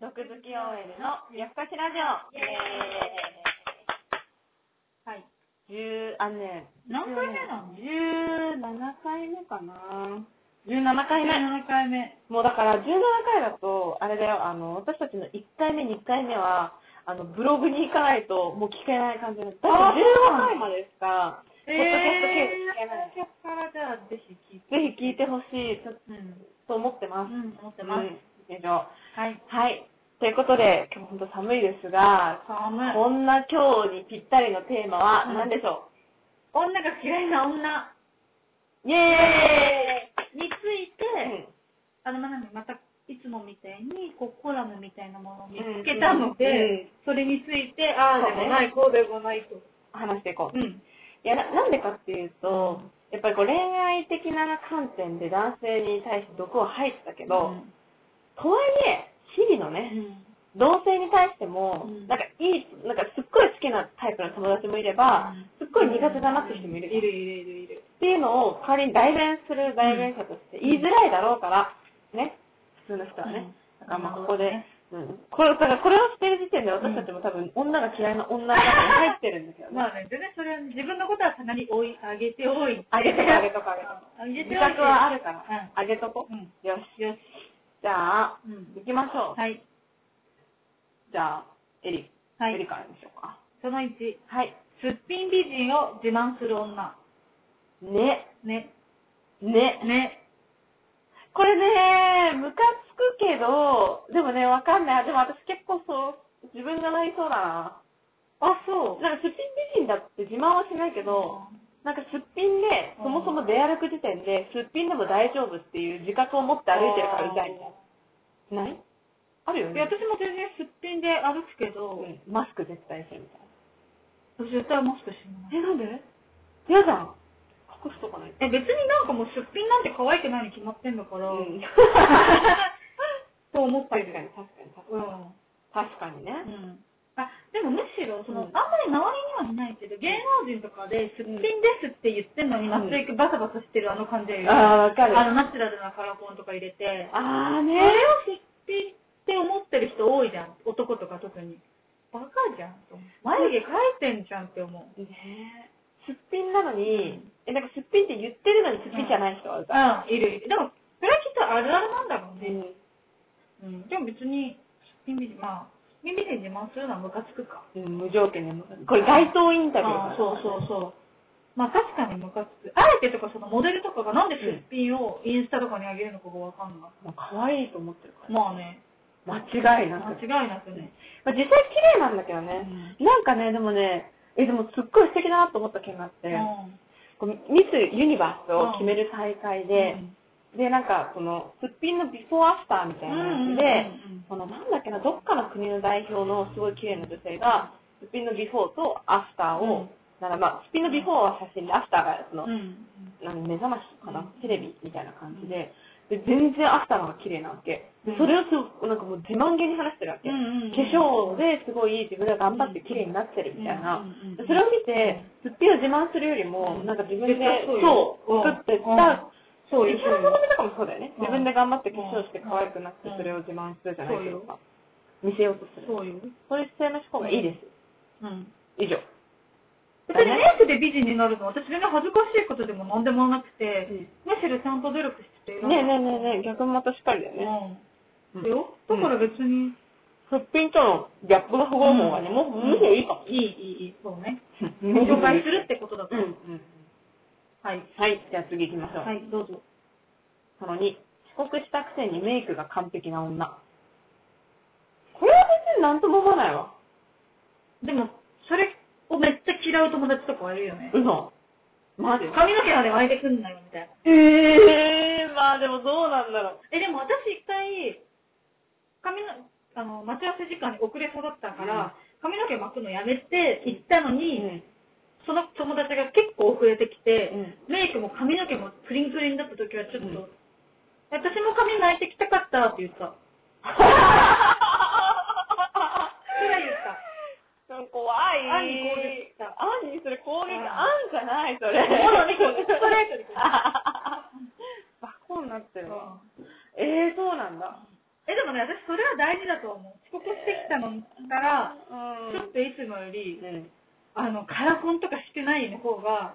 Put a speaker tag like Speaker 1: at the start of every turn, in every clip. Speaker 1: 好き OL の夜更かしラジオイエ
Speaker 2: はい。
Speaker 1: ーイ10あのね
Speaker 2: 何回目なの
Speaker 1: 17回目かな17回目
Speaker 2: 7回目。
Speaker 1: もうだから17回だとあれだよあの私たちの1回目2回目はあのブログに行かないともう聞けない感じなんですだから
Speaker 2: あそう
Speaker 1: 15
Speaker 2: なの
Speaker 1: 回までしかポッ
Speaker 2: え
Speaker 1: ドキャスト系で聞け
Speaker 2: ー、
Speaker 1: ない、
Speaker 2: 客からじゃあ、ぜひ聞い
Speaker 1: ぜひ聞
Speaker 2: て。
Speaker 1: いてほしい
Speaker 2: うん。
Speaker 1: と思って
Speaker 2: う
Speaker 1: ます、
Speaker 2: ん、思って
Speaker 1: う
Speaker 2: ます。
Speaker 1: ん以上
Speaker 2: はい。
Speaker 1: はいということで今日本当寒いですが
Speaker 2: 寒い。
Speaker 1: こんな今日にぴったりのテーマは何でしょ
Speaker 2: 女が嫌いな女
Speaker 1: う、イエ
Speaker 2: につい
Speaker 1: ーイ、うん
Speaker 2: て、あの、まあなんかまた、いつもみたいに、こう、コラムみたいなものを見つけたので、
Speaker 1: うんうん
Speaker 2: それについて、ああ
Speaker 1: そう
Speaker 2: で
Speaker 1: ね
Speaker 2: もない、こうでもないと。
Speaker 1: 話していこう、
Speaker 2: うん。
Speaker 1: いやななんでかっていうとやっぱりこう恋愛的な観点で男性に対して毒を吐いてたけど、
Speaker 2: うん
Speaker 1: とはいえ日々のね同性に対しても、
Speaker 2: うん
Speaker 1: なんかいいなんかすっごい好きなタイプの友達もいれば、すっごい苦手だなって人もいるじゃん
Speaker 2: いるいるいるいる。
Speaker 1: っていうのを代わりに代弁する代弁者として
Speaker 2: うん
Speaker 1: 言いづらいだろうから、ね、普通の人はね。だからまあここで、うん。これ、だからこれをしてる時点で私たちも多分女が嫌いな女の中に入ってるんですよね。
Speaker 2: まあね、全然それは自分のことはかなり追い上げておいて。
Speaker 1: あげとこあげとこあげとこ。
Speaker 2: 上げ
Speaker 1: 自
Speaker 2: ておいて。
Speaker 1: 覚はあるから
Speaker 2: うん、
Speaker 1: あげとこ。
Speaker 2: うん。
Speaker 1: よし。
Speaker 2: よし。
Speaker 1: じゃあ、
Speaker 2: うん
Speaker 1: 行きましょう。
Speaker 2: はい。
Speaker 1: じゃあ、エリ、
Speaker 2: は
Speaker 1: エリ
Speaker 2: い。
Speaker 1: からにしようか。
Speaker 2: その1、す
Speaker 1: はい。
Speaker 2: っぴん美人を自慢する女。
Speaker 1: ね、
Speaker 2: ね。
Speaker 1: ね。
Speaker 2: ね。
Speaker 1: これね、ムカつくけど、でもね、わかんない。でも私結構そう、自分がなりそうだな。
Speaker 2: あ、そ
Speaker 1: なんかすっぴん美人だって自慢はしないけど、なんかすっぴんで、
Speaker 2: うん
Speaker 1: そもそも出歩く時点で、すっぴんでも大丈夫っていう自覚を持って歩いてるからうざいみたいな。ないあるよ
Speaker 2: いや
Speaker 1: ね。
Speaker 2: 私も全然すっぴんで歩くけ
Speaker 1: う
Speaker 2: ど、
Speaker 1: んマスク絶対するみたい
Speaker 2: 私絶対マスクしない。
Speaker 1: な。え、なんで嫌だん。隠すとかない。
Speaker 2: え、別になんかもうすっぴんなんて可愛くないに決まってんだか ら、
Speaker 1: うん。
Speaker 2: と思って
Speaker 1: 確
Speaker 2: る。
Speaker 1: かに、確かに、
Speaker 2: うん。
Speaker 1: 確かにね。
Speaker 2: うんあでもむしろそ
Speaker 1: う
Speaker 2: の、
Speaker 1: ん
Speaker 2: あんまり周りにはいないけど芸能人とかですっぴんですって言ってんの
Speaker 1: う
Speaker 2: に、
Speaker 1: ん
Speaker 2: 松井くバサバサしてるあの感じがいる
Speaker 1: ああ、わかる。
Speaker 2: あのナチュラルなカラコンとか入れてあ
Speaker 1: あー
Speaker 2: れ
Speaker 1: ね
Speaker 2: をすっぴんって思ってる人多いじゃん男とか特にバカじゃんと思う眉毛描いてんじゃんって思う
Speaker 1: ねえすっぴんなの
Speaker 2: う
Speaker 1: に
Speaker 2: ん、
Speaker 1: え、なんかすっぴんって言ってるのにすっぴんじゃない人はうざい。
Speaker 2: うんいるいるでもそれはきっとあるあるなんだろう
Speaker 1: う
Speaker 2: ね、
Speaker 1: ん
Speaker 2: うん、でも別にすっぴん美人まあすっぴん美人自慢するのはムカつくか
Speaker 1: うん、無条件で向かうこれ街頭インタビュー
Speaker 2: ああそう
Speaker 1: う
Speaker 2: そうそう。まあ確かにムカつく。あえてとかそのモデルとかがなんですっぴんをインスタとかに上げるのかがわかんない。
Speaker 1: まあ、可愛いと思ってるから、
Speaker 2: まあね、
Speaker 1: 間違いな
Speaker 2: 間
Speaker 1: く、
Speaker 2: 違いなくね。
Speaker 1: まあ、実際綺麗なんだけどね、なんかねでもねえでもすっごい素敵だなと思った件があって、
Speaker 2: うん
Speaker 1: こうミスユニバースを決める大会で、でなんかそのすっぴんのビフォーアフターみた
Speaker 2: う
Speaker 1: い
Speaker 2: ん
Speaker 1: な
Speaker 2: うんうん
Speaker 1: やつで、そのなんだっけなどっかの国の代表のすごい綺麗な女性がすっぴんのビフォーとアフターを、なんかまあすっぴんのビフォーは写真でアフターがその、
Speaker 2: うん
Speaker 1: なんか目覚ましかな、
Speaker 2: うん
Speaker 1: テレビみたいな感じで、で全然アフターの方が綺麗なわけ。で
Speaker 2: うん
Speaker 1: それをすごくなんかもう自慢げに話してるわけ。
Speaker 2: うんうんうん
Speaker 1: 化粧ですごい自分が頑張って綺麗になってるみたいな。
Speaker 2: うんうんうん
Speaker 1: でそれを見て、すっぴんを自慢するよりも、なんか自分で
Speaker 2: 絶対そうよ
Speaker 1: そう、
Speaker 2: うん
Speaker 1: 作ってき
Speaker 2: うん
Speaker 1: た、
Speaker 2: そう
Speaker 1: でキ
Speaker 2: よ
Speaker 1: ャラのためとかもそうだよね。
Speaker 2: うん
Speaker 1: 自分で頑張って化粧して可愛くなって
Speaker 2: うん
Speaker 1: それを自慢するじゃないです
Speaker 2: そう
Speaker 1: か。見せようとする。
Speaker 2: そうよ。
Speaker 1: それ姿勢の思考がいいです。
Speaker 2: うん。
Speaker 1: 以上。
Speaker 2: 別にメイクで美人になるのは私全然恥ずかしいことでも何でもなくて、
Speaker 1: うん
Speaker 2: むしろちゃんと努力してる。
Speaker 1: ねえねえねえねえ、逆もまたしっかりだよね。
Speaker 2: う
Speaker 1: うん
Speaker 2: ん。よ。だから別に、
Speaker 1: すっぴんとのギャップが不合門はね、
Speaker 2: うん
Speaker 1: もう、むしろいいかも。
Speaker 2: いい、いい、いい、そうね。
Speaker 1: うん
Speaker 2: 紹介するってことだ
Speaker 1: う
Speaker 2: と
Speaker 1: んう
Speaker 2: 思う。
Speaker 1: ん。
Speaker 2: はい。
Speaker 1: はい、じゃあ次行きましょう。
Speaker 2: はい、どうぞ。
Speaker 1: その2、遅刻したくせにメイクが完璧な女。これは別になんとも思わないわ。
Speaker 2: でも、それをめっちゃ嫌う友達とかはいるよね。
Speaker 1: 嘘。マジ
Speaker 2: 髪の毛まで巻いてくんなよ、みたいな。
Speaker 1: ええー、まあでもどうなんだろう。
Speaker 2: え、でも私一回、髪の、あの、待ち合わせ時間に遅れそうだったから、髪の毛巻くのやめて行ったの
Speaker 1: う
Speaker 2: に、
Speaker 1: ん。
Speaker 2: その友達が結構遅れてきて、
Speaker 1: う
Speaker 2: メイクも髪の毛もクリンクリンだった時はちょっと、
Speaker 1: うん
Speaker 2: 私も髪巻いてきたかったって言った。それは言った。
Speaker 1: ん、怖い。
Speaker 2: あんに攻撃した
Speaker 1: あんにそれ攻撃、
Speaker 2: うん
Speaker 1: あんじゃない、それ。
Speaker 2: もろに こうストレートにこう
Speaker 1: あはははバコになってるわ。ええー、そうなんだ。
Speaker 2: え、え、でもね、私それは大事だと思う。遅刻してきたのから、
Speaker 1: う
Speaker 2: ちょっといつもより、
Speaker 1: ん。
Speaker 2: あの、カラコンとかしてないの方が、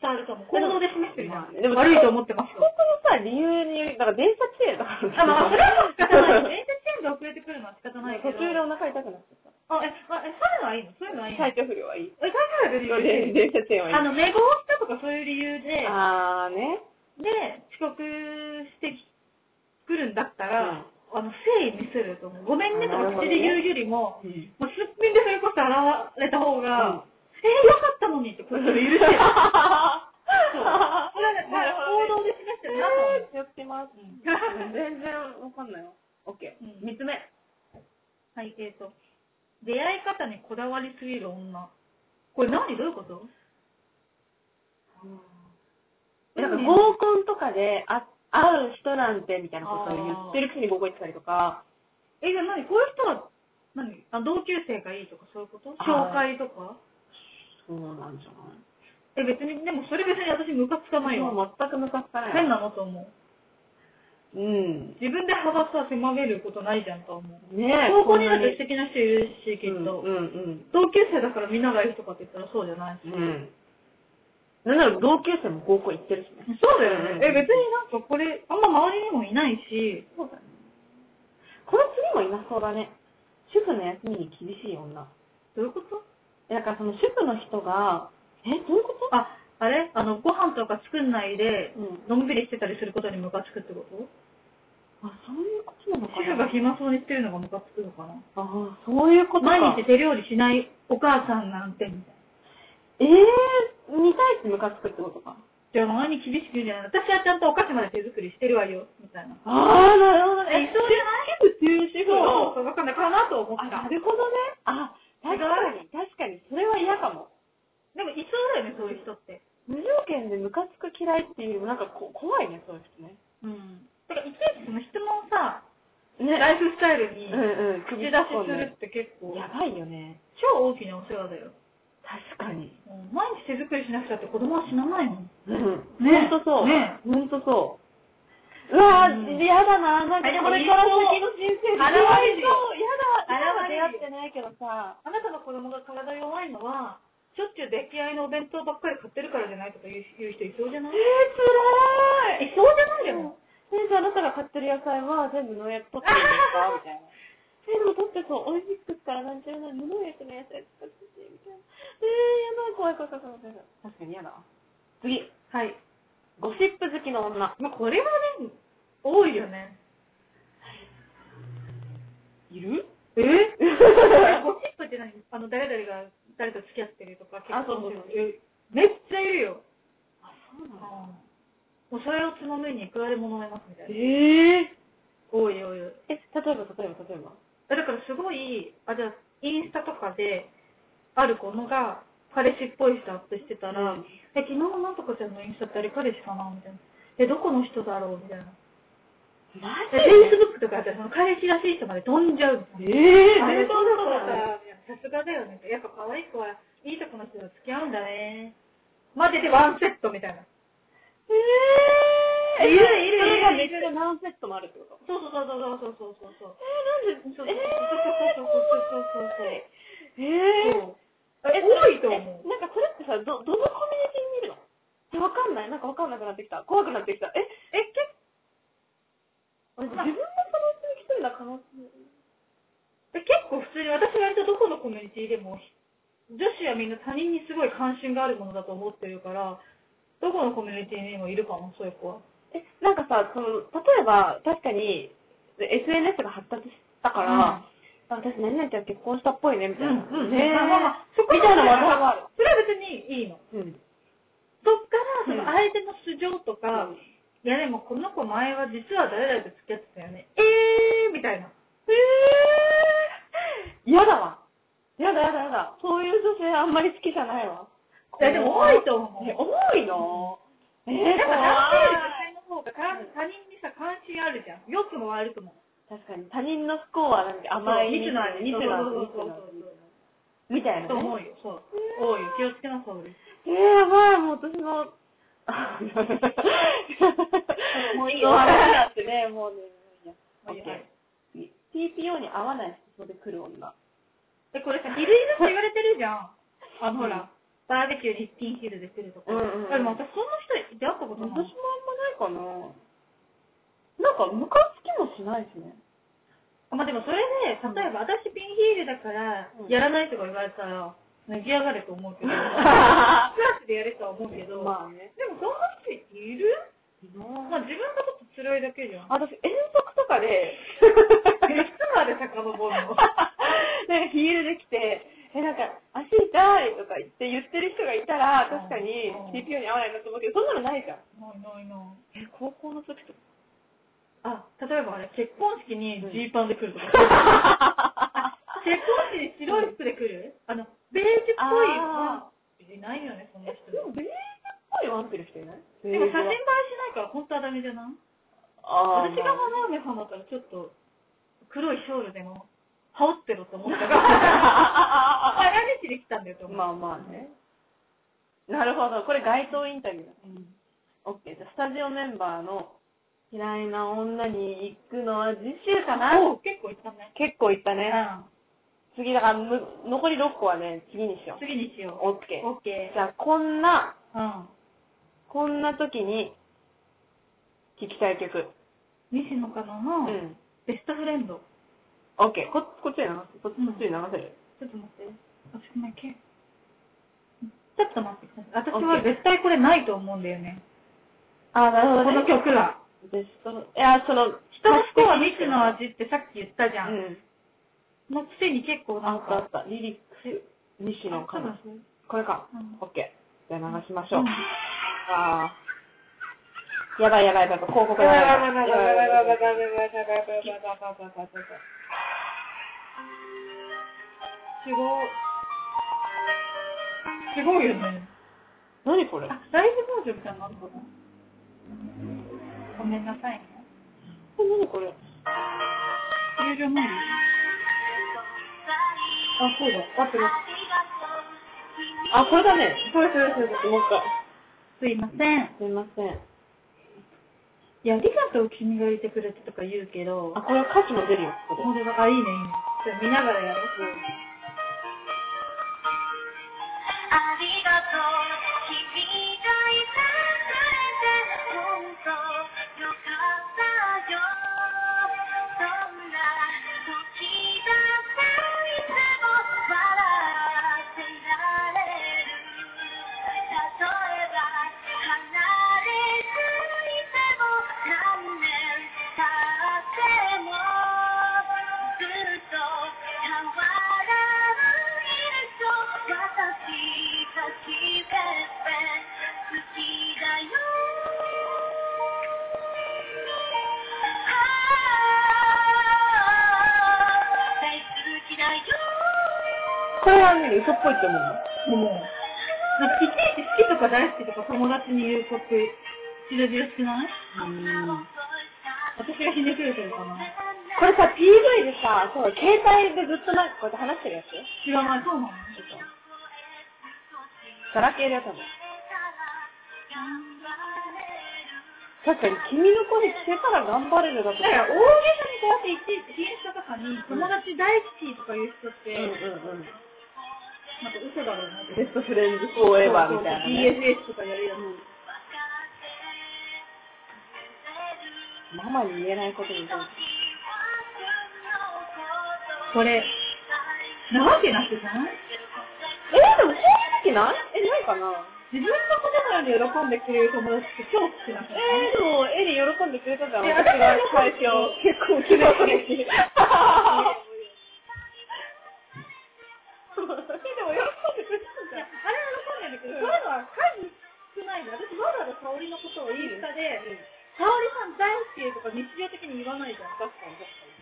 Speaker 2: 伝わると思う。行動で示してるじゃん。
Speaker 1: でも
Speaker 2: 悪いと思ってます
Speaker 1: 遅刻のさ、理由により、だから電車遅延だから。
Speaker 2: あ、まあ、それは仕方ない。電車チェーンで遅れてくるのは仕方ない
Speaker 1: 途
Speaker 2: けど。
Speaker 1: 中でお腹痛くなっちゃっ
Speaker 2: あ、え、あえ、そういうのはいいのそういうのはいい
Speaker 1: た。
Speaker 2: の
Speaker 1: 体調不良はいい。
Speaker 2: え、大丈夫ですよ
Speaker 1: で電車遅延はいい。
Speaker 2: あの、寝坊したとかそういう理由で、
Speaker 1: あーね。
Speaker 2: で、遅刻してくるんだったら、あの、誠意見せると思う。ごめんねとか口で言うよりも、
Speaker 1: うん。
Speaker 2: もうすっぴんでそれこそ現れた方が、
Speaker 1: うん
Speaker 2: えー、よかったのにってこっちで許してる。そう。これはね、
Speaker 1: なるほ
Speaker 2: 行動で示してるなと思う。
Speaker 1: やってます。
Speaker 2: うん
Speaker 1: 全然わかんないよ。オッケ
Speaker 2: うん
Speaker 1: ー。三つ目。
Speaker 2: はい、えーと、出会い方にこだわりすぎる女。これ何どういうこと
Speaker 1: なんか合コンとかであ会う人なんてみたいなことを言ってるくせに合コン行ってたりとか、
Speaker 2: え、じゃあ何こういう人は、何あ同級生がいいとかそういうこと紹介とか
Speaker 1: そうなんじゃな
Speaker 2: え、別に、でもそれ別に私ムカつかないいわ。
Speaker 1: もう全くムカつかない。
Speaker 2: 変なのと思
Speaker 1: う
Speaker 2: う。
Speaker 1: ん。
Speaker 2: 自分で派閥は狭めることないじゃんと思う。
Speaker 1: ねえ。
Speaker 2: 高校にだっ
Speaker 1: こんな
Speaker 2: て素敵な人いるし、きっと。
Speaker 1: うんうん
Speaker 2: 同級生だからみんながいい人かって言ったらそうじゃないし。
Speaker 1: うん。うん。なんなら同級生も高校行ってるしね。
Speaker 2: そうだよね。
Speaker 1: う
Speaker 2: え、
Speaker 1: ん
Speaker 2: 別になんかこれ、あんま周りにもいないし、
Speaker 1: そうだね。この次もいなそうだね。主婦の休みに厳しい女。
Speaker 2: どういうこと
Speaker 1: だからその主婦の人が、え、どういうこと
Speaker 2: あ、あれあの、ご飯とか作んないで、のんびりしてたりすることにムカつくってこと
Speaker 1: あ、そういうことなのか
Speaker 2: 主婦
Speaker 1: な
Speaker 2: が暇そうにしてるのがムカつくのかな
Speaker 1: ああ、そういうことか。
Speaker 2: 毎日手料理しないお母さんなんてみた
Speaker 1: え
Speaker 2: いな。
Speaker 1: えー、見たいってムカつくってことか。
Speaker 2: じゃあ周りに厳しく言うんじゃない私はちゃんとお菓子まで手作りしてるわよ、みたいな。
Speaker 1: ああ、なるほど
Speaker 2: え、
Speaker 1: ね。
Speaker 2: そうじゃない
Speaker 1: 主婦っていう主婦
Speaker 2: そ
Speaker 1: を。
Speaker 2: うそう、わかんないかなと思
Speaker 1: あ、
Speaker 2: っ
Speaker 1: な
Speaker 2: た。
Speaker 1: るほどね。あ、確かに、確かに。それは嫌かも。
Speaker 2: でもいそうだよね、そういう人って。
Speaker 1: 無条件でムカつく嫌いっていうよりも、なんかこ怖いね、そういう人ね。
Speaker 2: うん。だからいちいちその人のさ、
Speaker 1: ね
Speaker 2: ライフスタイルに
Speaker 1: うんうん、
Speaker 2: 口
Speaker 1: 首
Speaker 2: 出し
Speaker 1: 出し
Speaker 2: す
Speaker 1: す
Speaker 2: る
Speaker 1: る。
Speaker 2: って結構、
Speaker 1: やばいよね。
Speaker 2: 超大きなお世話だよ。
Speaker 1: 確かに。
Speaker 2: うん毎日手作りしなくたって子供は死なないもん。
Speaker 1: うん。
Speaker 2: ね
Speaker 1: ほんとそう。
Speaker 2: ね
Speaker 1: ほんとそう。うわ
Speaker 2: うん
Speaker 1: ぁ、嫌だなぁ。なんか
Speaker 2: あでも
Speaker 1: これから先の人生
Speaker 2: 現れるよ
Speaker 1: そう、嫌だ。
Speaker 2: 現れる
Speaker 1: 今は出会ってないけどさ。
Speaker 2: あなたの子供が体弱いのは、しょっちゅう出来合いのお弁当ばっかり買ってるからじゃないとか言う言う人いそうじゃな
Speaker 1: えー、つ
Speaker 2: い
Speaker 1: らーい。
Speaker 2: いそうじゃないよ
Speaker 1: うん先生、あなたが買ってる野菜は全部農薬取ってるんですかみたいな。えー、でも取ってそう。美味しく作るからなんちゃら無農薬の野菜使ってて、みたいな。えー、やばい、怖い、怖い、怖い、怖い。確かに嫌だわ。次。
Speaker 2: はい。
Speaker 1: ゴシップ好きの 女。
Speaker 2: まあ、これはね、多いよね。
Speaker 1: いる
Speaker 2: えゴシップって何 あの、誰々が誰と付き合ってるとか、
Speaker 1: あそうそうそう
Speaker 2: してるめっちゃいるよ。
Speaker 1: あ、そうなんだ。
Speaker 2: もうそれをつまめにいくらでも飲めますみたいな。
Speaker 1: えー。
Speaker 2: 多い多い多い。
Speaker 1: え、例えば、例えば、例えば。
Speaker 2: だからすごい、あ、じゃあインスタとかで、ある子のが、彼氏っぽい人アップしてたら、
Speaker 1: うん
Speaker 2: え、昨日のなんとかちゃんのインスタってあれ彼氏かなみたいな。え、どこの人だろうみたいな。
Speaker 1: マ
Speaker 2: フェイスブックとかやったら、その彼氏らしい人まで飛んじゃうみたいな。
Speaker 1: えー、
Speaker 2: あれ
Speaker 1: そ
Speaker 2: そうう
Speaker 1: なんだ
Speaker 2: だったらさすがだよね。やっぱ可愛い子はいいとこの人と付き合うんだね。待っててワンセットみたいな。
Speaker 1: えー、
Speaker 2: いるいる
Speaker 1: それがめっ
Speaker 2: いる
Speaker 1: ちゃ何セットもあるってこと
Speaker 2: そうそうそうそうそうそうそうそう。
Speaker 1: えー、なんで
Speaker 2: そうそうそうそうそうそうそう
Speaker 1: えー、えー、
Speaker 2: ええ、多いと思う。
Speaker 1: えなんかそれってさ、ど、どのコミュニティにいるのえわかんない。なんかわかんなくなってきた。怖くなってきた。え、え、結構、自分の可能性に来てるな、可能性。
Speaker 2: え結構普通に私割とどこのコミュニティでも女子はみんな他人にすごい関心があるものだと思ってるからどこのコミュニティにもいるかもそういう子は
Speaker 1: え、なんかさ、その、例えば、確かに、SNS が発達したから、あ私何々ちゃん結婚したっぽいね、みたいな。ねえ
Speaker 2: まあまあまあそこ
Speaker 1: みたいな話題がある。
Speaker 2: それは別にいいの
Speaker 1: うん。
Speaker 2: そっからその
Speaker 1: うん
Speaker 2: 相手の素性とか、
Speaker 1: うん
Speaker 2: いやでもこの子前は実は誰々と付き合ってたよねえーみたいな
Speaker 1: えー、嫌だわ。嫌だ嫌だ嫌だ。そういう女性あんまり好きじゃないわ。
Speaker 2: いやでも多いと思う、
Speaker 1: ね、重いの。え
Speaker 2: やっ
Speaker 1: ー、怖
Speaker 2: ぱ
Speaker 1: い。
Speaker 2: 男性より女性の方が他他人にさ関心あるじゃん良くも悪くも
Speaker 1: 確かに、他人の不幸はなんか甘い。
Speaker 2: そう蜜の味
Speaker 1: 蜜の味。
Speaker 2: そうそうそうそう
Speaker 1: 蜜の味みたいな
Speaker 2: と思
Speaker 1: ね。
Speaker 2: うよそう多いよ気をつけなそうです
Speaker 1: えー、やばい、もう私の。も
Speaker 2: ういいよ
Speaker 1: 人の話だってね、もうね。オッケ
Speaker 2: はいはい
Speaker 1: ー。TPO に合わない服装で来る女。
Speaker 2: で、こ れさ、ヒルいるって言われてるじゃん。あの、ほら、バーベキューにピンヒルで来るとか。
Speaker 1: うんうんうん
Speaker 2: でも私、そんな人出会った
Speaker 1: 私
Speaker 2: こ
Speaker 1: も
Speaker 2: と
Speaker 1: あん
Speaker 2: な
Speaker 1: ま
Speaker 2: い。
Speaker 1: ないかな。なんか、ムカつきもしないしね。
Speaker 2: まあでもそれで、例えば、私ピンヒールだから
Speaker 1: う、ん
Speaker 2: やらないとか言われたら、脱ぎ上がると思うけ ど、クラスでやるとは思うけど、
Speaker 1: まあね。
Speaker 2: でもそんな人いるまあ
Speaker 1: ま
Speaker 2: 自分がちょっと辛いだけ じゃん。
Speaker 1: あ、私、遠足とかで、
Speaker 2: いつまで遡るの
Speaker 1: なんかヒールで来て、え、なんか、足痛いとか言って言ってる人がいたら、確かに
Speaker 2: うん
Speaker 1: TPO に合わないなと思うけど、そんなのないじゃん。
Speaker 2: ないないない。
Speaker 1: え、高校の時とか。
Speaker 2: あ、例えばあれ、結婚式にジーパンで来るとか。 結婚式に白い服で来るあの、ベージュっぽい
Speaker 1: あ
Speaker 2: パン。いないよね、そんな人。
Speaker 1: で
Speaker 2: でも
Speaker 1: も、ベージュっぽいワンピる人いない
Speaker 2: 写真映えしないから本当はダメじゃない
Speaker 1: あ
Speaker 2: 私が花嫁さんだったらちょっと、黒いショールでも、羽織ってろと思っ たから、あ、
Speaker 1: あ、
Speaker 2: 何しに来たんだよと思う。
Speaker 1: まあまあね。なるほど。これ街頭インタビューだ。
Speaker 2: うん。
Speaker 1: オッケー。じゃあ、スタジオメンバーの嫌いな女に行くのは次週かな
Speaker 2: おう結構行ったね。
Speaker 1: 結構行ったね。
Speaker 2: う
Speaker 1: 次、だからむ、残り6個はね、次にしよ
Speaker 2: ん。
Speaker 1: う。
Speaker 2: 次にしよ
Speaker 1: オッケ
Speaker 2: う。オッケ
Speaker 1: ー。じゃあ、こんな、
Speaker 2: ー。うん。
Speaker 1: こんな時に、聴きたい曲。
Speaker 2: 西野カナの、
Speaker 1: うん。
Speaker 2: ベストフレンド。
Speaker 1: オッケー。こ、こっちで流す。こっち、こっちで流せる。
Speaker 2: ちょっと待って。あ、少ないけ。ちょっと待ってください。私は絶対これないと思ううんだよね。
Speaker 1: あ、な
Speaker 2: この曲は。
Speaker 1: ベストの、いや、その、
Speaker 2: 人の不幸は未知の味ってさっき言ったじゃ。
Speaker 1: うんん。
Speaker 2: のくせに結構
Speaker 1: あ
Speaker 2: なん
Speaker 1: ったあ
Speaker 2: か
Speaker 1: っ。た。リリックス、西野カ
Speaker 2: あ多
Speaker 1: ナ
Speaker 2: 分。そう
Speaker 1: これか。
Speaker 2: うん
Speaker 1: オッケー。じゃあ流しましょう。
Speaker 2: うん
Speaker 1: あーやばいやばいやばい。広告がやばい。
Speaker 2: すごい。すごいよね。
Speaker 1: 何これ
Speaker 2: あ、ライブバージョンみたいなのあるかなごめんなさいね。
Speaker 1: 何これ
Speaker 2: 有料無理あ、そうだ。あってます。
Speaker 1: あ、これだね。それそれそれ。もう一回。
Speaker 2: すいません。
Speaker 1: すいません。
Speaker 2: いや、ありがとう、君がいてくれてとか言うけど、
Speaker 1: あ、これ歌詞も出るよ、ここ
Speaker 2: 本当だ。あ、いいね、いいね。じゃあ見ながらやろう。
Speaker 1: これはね、嘘っぽいって思うの
Speaker 2: でも、なんかいちいち好きとか大好きとか友達に言う子って、白々しくない私がひねくれてるかな
Speaker 1: これさ、PV でさ、そう、携帯でずっとなんかこうやって話してるやつ
Speaker 2: 知らない、そうなの
Speaker 1: ガラケーでやったの。確かに、君の声聞けたら頑張れるだと
Speaker 2: だから大げさにこうやっていちいち品種とかに友達大好きとか言う人って、
Speaker 1: うんうんうん。
Speaker 2: なんか嘘だろうなって。
Speaker 1: ベストフレンズフォーエバーみたいな、ね。
Speaker 2: DSS とかやるやつ。
Speaker 1: ママに言えないことに対して。
Speaker 2: これ、なわけなくない
Speaker 1: えでも正直ないえ、ないかな
Speaker 2: 自分の子供より喜んでくれる友達って超少なく
Speaker 1: え
Speaker 2: ない
Speaker 1: でも、エリ喜んでくれたじゃん。
Speaker 2: いや
Speaker 1: 私が最初、結構 気のせい
Speaker 2: でも喜んでくれたんじゃん。あれは喜んでるけど、そういうのは数少ないんだ。私、わざわざ沙織のことをインスタで、沙織さん大好きとか日常的に言わないじゃん。確かに確かに。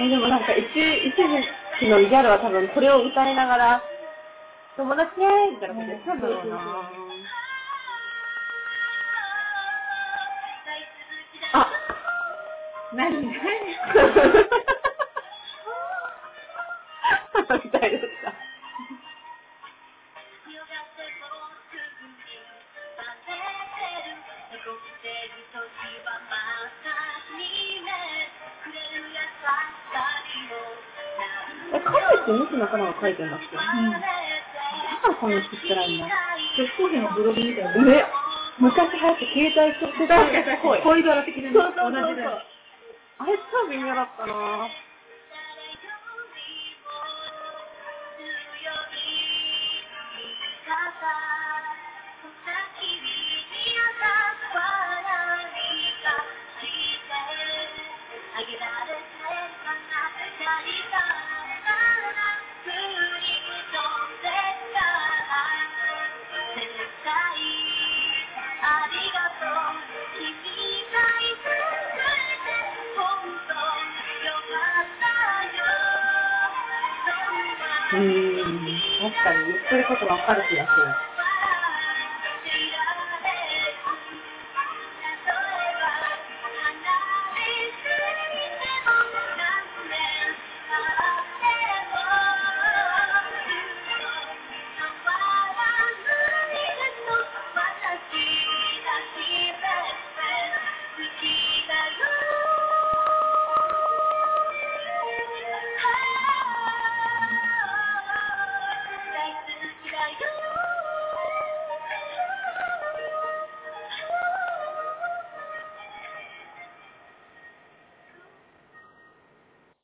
Speaker 1: えでもなんか一、一時のギャルは多分これを歌いながら、友達ねーみたいなことやってたんだろうなあ
Speaker 2: 何何
Speaker 1: こ
Speaker 3: ったみたいだった。え、カフェって西野カナが書いてるんだっけだ
Speaker 2: うん。
Speaker 3: からこんな知ってないんだ。
Speaker 2: 女子高生のブログみたいな。
Speaker 3: ね、昔流行って携帯と世代が濃い。
Speaker 2: 恋バラ的なね
Speaker 3: そうそうそうそう
Speaker 2: 同じだよ。
Speaker 3: あれ超微妙だったなぁ。
Speaker 1: う
Speaker 3: うーん、確かに言ってることわかる気がする。